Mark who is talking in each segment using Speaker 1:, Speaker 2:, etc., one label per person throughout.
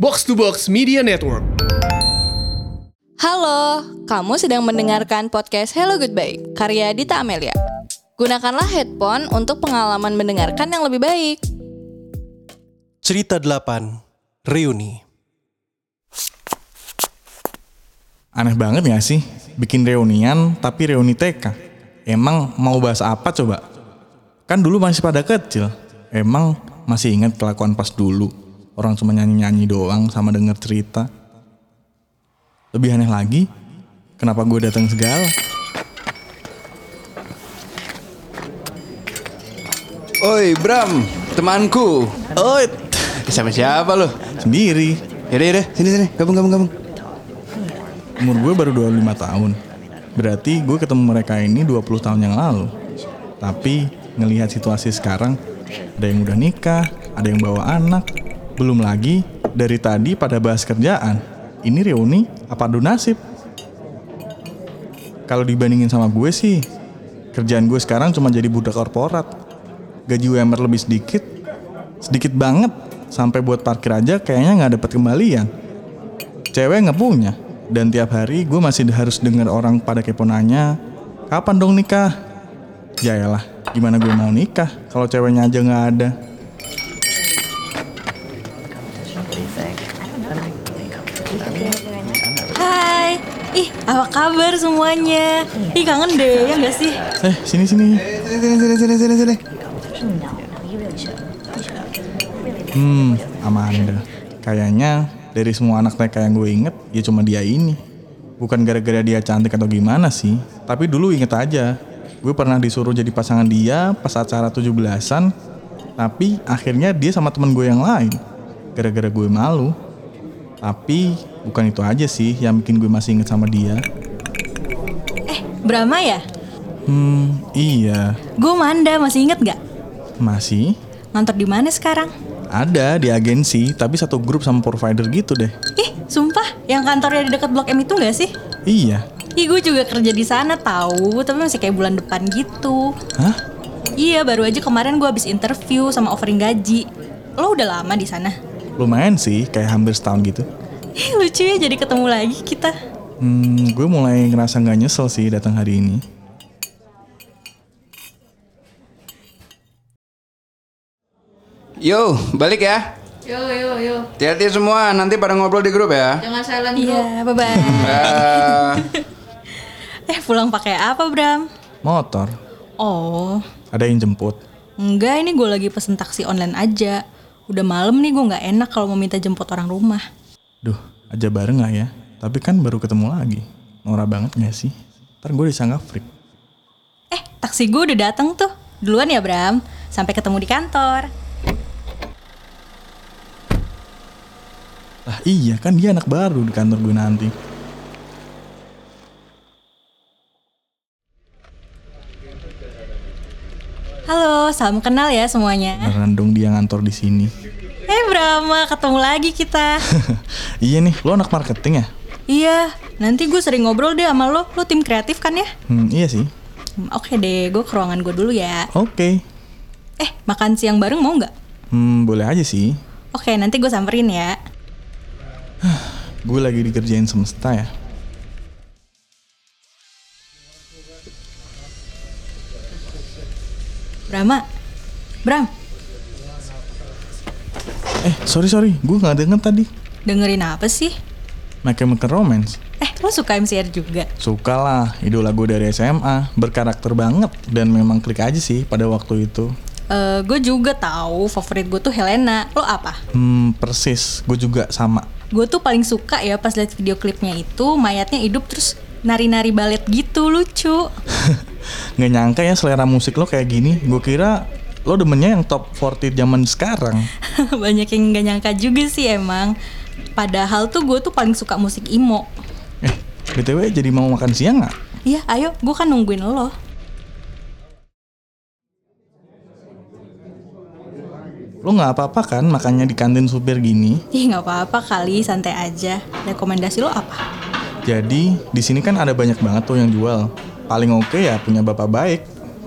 Speaker 1: Box to Box Media Network.
Speaker 2: Halo, kamu sedang mendengarkan podcast Hello Goodbye karya Dita Amelia. Gunakanlah headphone untuk pengalaman mendengarkan yang lebih baik.
Speaker 3: Cerita 8 Reuni
Speaker 4: Aneh banget gak sih? Bikin reunian tapi reuni TK. Emang mau bahas apa coba? Kan dulu masih pada kecil. Emang masih ingat kelakuan pas dulu? Orang cuma nyanyi-nyanyi doang sama denger cerita. Lebih aneh lagi, kenapa gue datang segala?
Speaker 5: Oi Bram, temanku.
Speaker 4: Oh,
Speaker 5: Siapa siapa lo?
Speaker 4: sendiri.
Speaker 5: Yaudah yaudah, sini sini, gabung gabung gabung.
Speaker 4: Umur gue baru 25 tahun. Berarti gue ketemu mereka ini 20 tahun yang lalu. Tapi ngelihat situasi sekarang, ada yang udah nikah, ada yang bawa anak. Belum lagi dari tadi pada bahas kerjaan. Ini reuni apa adu nasib? Kalau dibandingin sama gue sih, kerjaan gue sekarang cuma jadi budak korporat. Gaji UMR lebih sedikit, sedikit banget. Sampai buat parkir aja kayaknya nggak dapat kembalian cewek nggak punya dan tiap hari gue masih harus dengar orang pada kepo nanya kapan dong nikah Yaelah, gimana gue mau nikah kalau ceweknya aja nggak ada
Speaker 2: Hai, ih apa kabar semuanya? Ih kangen deh, ya nggak sih?
Speaker 4: eh sini sini
Speaker 5: Sini sini sini sini sini. sini.
Speaker 4: hmm Amanda kayaknya dari semua anak TK yang gue inget ya cuma dia ini bukan gara-gara dia cantik atau gimana sih tapi dulu inget aja gue pernah disuruh jadi pasangan dia pas acara 17-an tapi akhirnya dia sama temen gue yang lain gara-gara gue malu Tapi bukan itu aja sih yang bikin gue masih inget sama dia.
Speaker 2: Brahma ya?
Speaker 4: Hmm, iya.
Speaker 2: Gue Manda, masih inget nggak?
Speaker 4: Masih
Speaker 2: Ngantor di mana sekarang?
Speaker 4: ada di agensi, tapi satu grup sama provider gitu deh.
Speaker 2: Ih, sumpah, yang kantornya di dekat Blok M itu nggak sih?
Speaker 4: Iya.
Speaker 2: Ih, gue juga kerja di sana tahu, tapi masih kayak bulan depan gitu.
Speaker 4: Hah?
Speaker 2: Iya, baru aja kemarin gue habis interview sama offering gaji. Lo udah lama di sana?
Speaker 4: Lumayan sih, kayak hampir setahun gitu.
Speaker 2: Ih, lucu ya jadi ketemu lagi kita.
Speaker 4: Hmm, gue mulai ngerasa nggak nyesel sih datang hari ini.
Speaker 5: Yo, balik ya.
Speaker 6: Yo yo yo,
Speaker 5: Hati-hati semua, nanti pada ngobrol di grup ya.
Speaker 6: jangan silent bro.
Speaker 2: Iya, bye-bye.
Speaker 5: Eh,
Speaker 2: eh, pulang pakai apa, Bram?
Speaker 4: Motor,
Speaker 2: Oh,
Speaker 4: ada yang jemput.
Speaker 2: enggak ini gue lagi pesen taksi online aja. Udah malam nih gue nggak enak kalau mau minta jemput orang rumah.
Speaker 4: Duh, aja bareng nggak ya? Tapi kan baru ketemu lagi. Nora banget nggak sih? Ntar gue disanggap freak.
Speaker 2: Eh, taksi gue udah datang tuh. Duluan ya, Bram. Sampai ketemu di kantor.
Speaker 4: Lah iya kan dia anak baru di kantor gue nanti.
Speaker 2: Halo, salam kenal ya semuanya.
Speaker 4: Beneran dong dia ngantor di sini.
Speaker 2: Eh, Brahma, ketemu lagi kita.
Speaker 4: iya nih, lo anak marketing ya?
Speaker 2: iya, nanti gue sering ngobrol deh sama lo. Lo tim kreatif kan ya?
Speaker 4: Hmm, iya sih.
Speaker 2: Hmm, Oke deh, gue ke ruangan gue dulu ya.
Speaker 4: Oke.
Speaker 2: Eh, makan siang bareng mau nggak?
Speaker 4: Hmm, boleh aja sih.
Speaker 2: Oke, nanti gue samperin ya.
Speaker 4: Gue lagi dikerjain semesta ya.
Speaker 2: Brahma, Bram,
Speaker 4: Eh, sorry sorry, gue nggak denger tadi.
Speaker 2: dengerin apa sih?
Speaker 4: My Chemical Romance.
Speaker 2: Eh, lo suka MCR juga?
Speaker 4: Suka lah, idola gue dari SMA, berkarakter banget dan memang klik aja sih pada waktu itu.
Speaker 2: Eh, gue juga tahu favorit gue tuh Helena. Lo apa?
Speaker 4: Hmm, persis, gue juga sama.
Speaker 2: Gue tuh paling suka ya pas lihat video klipnya itu mayatnya hidup terus nari-nari balet gitu lucu.
Speaker 4: Nggak nyangka ya selera musik lo kayak gini. Gue kira lo demennya yang top 40 zaman sekarang.
Speaker 2: Banyak yang nggak nyangka juga sih emang. Padahal tuh gue tuh paling suka musik emo.
Speaker 4: Eh, btw jadi mau makan siang nggak?
Speaker 2: Iya, ayo, gue kan nungguin lo.
Speaker 4: Lo nggak apa-apa kan makannya di kantin supir gini?
Speaker 2: Ih, nggak apa-apa kali, santai aja. Rekomendasi lo apa?
Speaker 4: Jadi di sini kan ada banyak banget tuh yang jual. Paling oke ya punya bapak baik.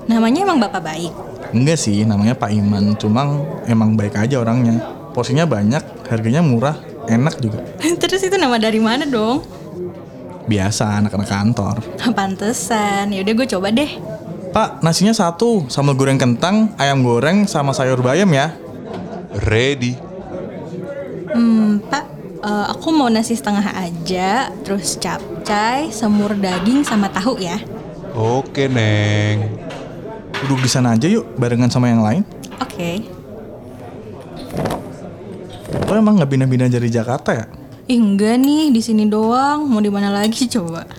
Speaker 2: Namanya emang bapak baik.
Speaker 4: Enggak sih, namanya Pak Iman. Cuma emang baik aja orangnya. Porsinya banyak, harganya murah, enak juga.
Speaker 2: Terus itu nama dari mana dong?
Speaker 4: Biasa anak-anak kantor.
Speaker 2: Pantesan. Yaudah gue coba deh.
Speaker 4: Pak, nasinya satu, sambal goreng kentang, ayam goreng, sama sayur bayam ya.
Speaker 3: Ready.
Speaker 2: Hmm, Pak, eh, aku mau nasi setengah aja, terus capcay, semur daging sama tahu ya.
Speaker 3: Oke, Neng.
Speaker 4: Duduk di sana aja yuk, barengan sama yang lain.
Speaker 2: Oke.
Speaker 4: Lo emang nggak pindah-pindah dari Jakarta ya?
Speaker 2: Ih, enggak nih, di sini doang. Mau di mana lagi coba?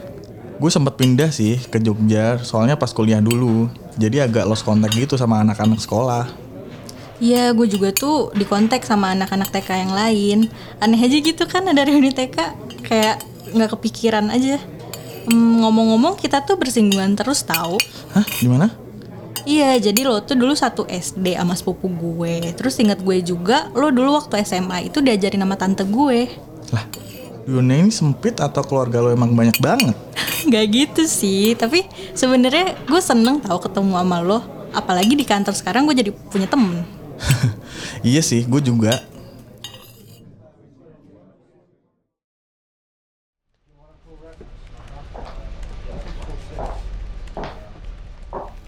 Speaker 4: Gue sempat pindah sih ke Jogja, soalnya pas kuliah dulu. Jadi agak lost contact gitu sama anak-anak sekolah.
Speaker 2: Iya, gue juga tuh di kontak sama anak-anak TK yang lain. Aneh aja gitu kan ada reuni TK, kayak nggak kepikiran aja. Hmm, Ngomong-ngomong, kita tuh bersinggungan terus tahu.
Speaker 4: Hah, gimana?
Speaker 2: Iya, jadi lo tuh dulu satu SD sama sepupu gue. Terus inget gue juga, lo dulu waktu SMA itu diajarin sama tante gue.
Speaker 4: Lah, dunia ini sempit atau keluarga lo emang banyak banget?
Speaker 2: Gak gitu sih, tapi sebenarnya gue seneng tahu ketemu sama lo. Apalagi di kantor sekarang gue jadi punya temen.
Speaker 4: iya sih, gue juga.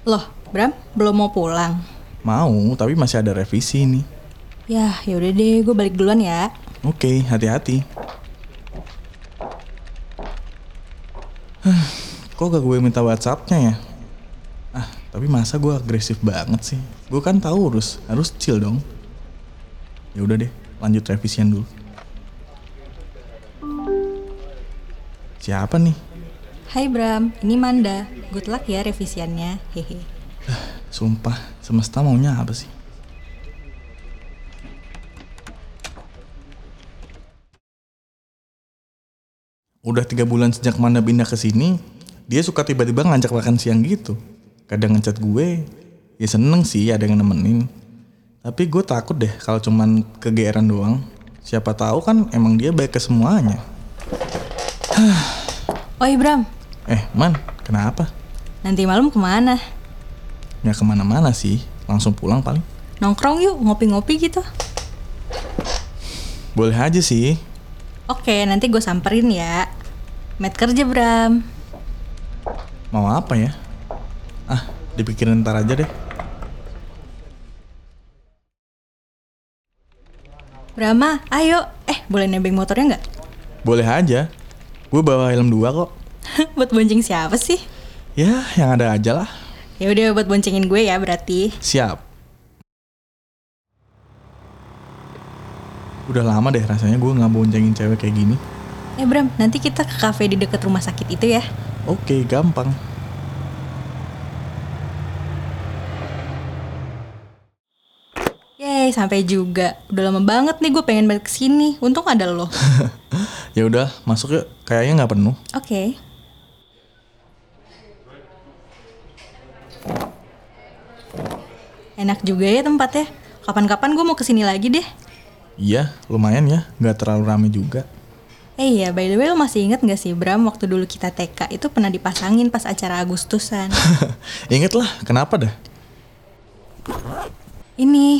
Speaker 2: Loh, Bram, belum mau pulang?
Speaker 4: Mau, tapi masih ada revisi nih.
Speaker 2: Yah, yaudah deh, gue balik duluan ya.
Speaker 4: Oke, hati-hati. Hah, Kok gak gue minta WhatsAppnya ya? Ah, tapi masa gue agresif banget sih? Gue kan tahu harus harus chill dong. Ya udah deh, lanjut revisian dulu. Siapa nih?
Speaker 2: Hai Bram, ini Manda. Good luck ya revisiannya. Hehe.
Speaker 4: Sumpah, semesta maunya apa sih? Udah tiga bulan sejak Manda pindah ke sini, dia suka tiba-tiba ngajak makan siang gitu. Kadang ngechat gue, ya seneng sih ada yang nemenin. Tapi gue takut deh kalau cuman kegeeran doang. Siapa tahu kan emang dia baik ke semuanya.
Speaker 2: Oi Oh, iya, Bram,
Speaker 4: Eh, Man, kenapa?
Speaker 2: nanti malam kemana?
Speaker 4: Nggak kemana-mana sih, langsung pulang paling.
Speaker 2: Nongkrong yuk, ngopi-ngopi gitu.
Speaker 4: Boleh aja sih,
Speaker 2: Oke, nanti gue samperin ya. Met kerja Bram.
Speaker 4: Mau apa ya? Ah, dipikirin ntar aja deh.
Speaker 2: Brahma, ayo. Eh, boleh nebeng motornya nggak?
Speaker 4: Boleh aja. Gue bawa helm dua kok.
Speaker 2: buat bonceng siapa sih?
Speaker 4: Ya, yang ada aja lah.
Speaker 2: Ya udah buat boncengin gue ya berarti.
Speaker 4: Siap. Udah lama deh rasanya gue nggak boncengin cewek kayak gini.
Speaker 2: Eh Bram, nanti kita ke kafe di dekat rumah sakit itu ya.
Speaker 4: Oke, gampang.
Speaker 2: Yeay, sampai juga. Udah lama banget nih gue pengen balik ke sini. Untung ada lo. Oke.
Speaker 4: Ya udah, masuk yuk. Kayaknya nggak penuh.
Speaker 2: Enak juga ya tempatnya. Kapan-kapan gue mau ke sini lagi deh.
Speaker 4: Iya, lumayan ya. Nggak terlalu rame juga.
Speaker 2: Eh iya, by the way lo masih inget gak sih Bram waktu dulu kita TK itu pernah dipasangin pas acara Agustusan?
Speaker 4: Ingatlah, kenapa dah?
Speaker 2: Ini,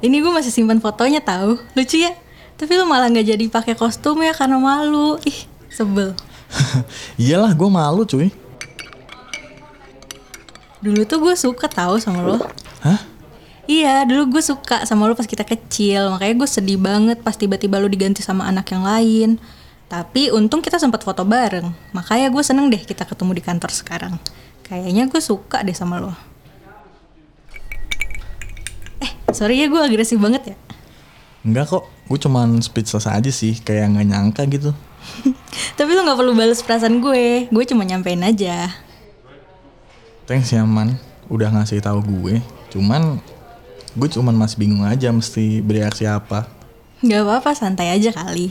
Speaker 2: ini gue masih simpan fotonya tahu, lucu ya. Tapi lu malah nggak jadi pakai kostum ya karena malu. Ih, sebel.
Speaker 4: Iyalah, gue malu cuy.
Speaker 2: Dulu tuh gue suka tahu sama lo.
Speaker 4: Hah?
Speaker 2: Iya, dulu gue suka sama lo pas kita kecil. Makanya gue sedih banget pas tiba-tiba lo diganti sama anak yang lain. Tapi untung kita sempat foto bareng. Makanya gue seneng deh kita ketemu di kantor sekarang. Kayaknya gue suka deh sama lo. Eh, sorry ya gue agresif banget ya.
Speaker 4: Enggak kok. Gue cuman speechless aja sih. Kayak nggak nyangka gitu.
Speaker 2: Tapi lo nggak perlu bales perasaan gue. Gue cuma nyampein aja.
Speaker 4: Thanks ya Man, udah ngasih tahu gue. Cuman gue cuman masih bingung aja mesti bereaksi apa.
Speaker 2: Gak apa-apa, santai aja kali.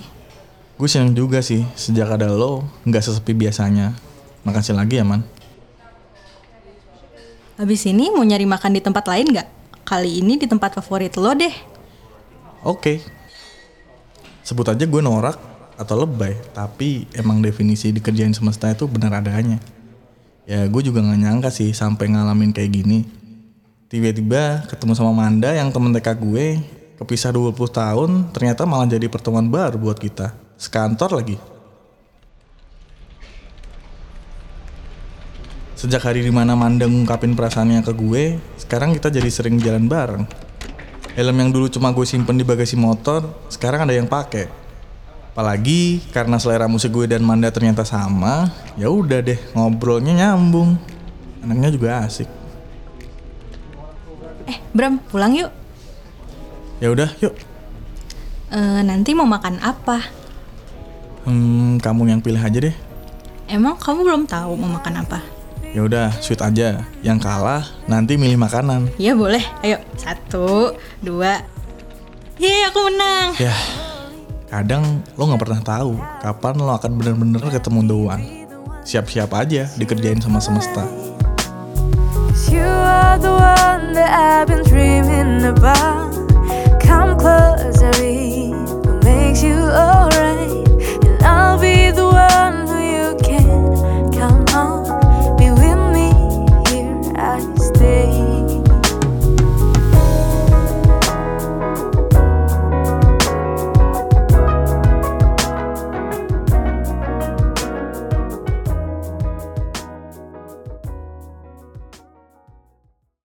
Speaker 4: Gue seneng juga sih sejak ada lo nggak sesepi biasanya. Makasih lagi ya Man.
Speaker 2: Habis ini mau nyari makan di tempat lain gak? Kali ini di tempat favorit lo deh.
Speaker 4: Oke. Sebut aja gue norak atau lebay, tapi emang definisi dikerjain semesta itu benar adanya. Ya gue juga nggak nyangka sih sampai ngalamin kayak gini. Tiba-tiba ketemu sama Manda yang temen TK gue, Kepisah 20 tahun ternyata malah jadi pertemuan baru buat kita. Sekantor lagi. Sejak hari dimana Mandang ngungkapin perasaannya ke gue, sekarang kita jadi sering jalan bareng. Helm yang dulu cuma gue simpen di bagasi motor, sekarang ada yang pakai. Apalagi karena selera musik gue dan Manda ternyata sama, ya udah deh ngobrolnya nyambung. Anaknya juga asik.
Speaker 2: Eh, Bram, pulang yuk.
Speaker 4: Ya udah, yuk.
Speaker 2: Eh, nanti mau makan apa?
Speaker 4: Hmm, kamu yang pilih aja deh.
Speaker 2: Emang kamu belum tahu mau makan apa?
Speaker 4: Ya udah, sweet aja. Yang kalah nanti milih makanan.
Speaker 2: Iya boleh, ayo. Satu, dua. Yeay, aku menang.
Speaker 4: Ya, kadang lo nggak pernah tahu kapan lo akan bener-bener ketemu the one. Siap-siap aja dikerjain sama semesta.
Speaker 7: Cause you are the one that I've been dreaming about. Come closer, it makes you alright.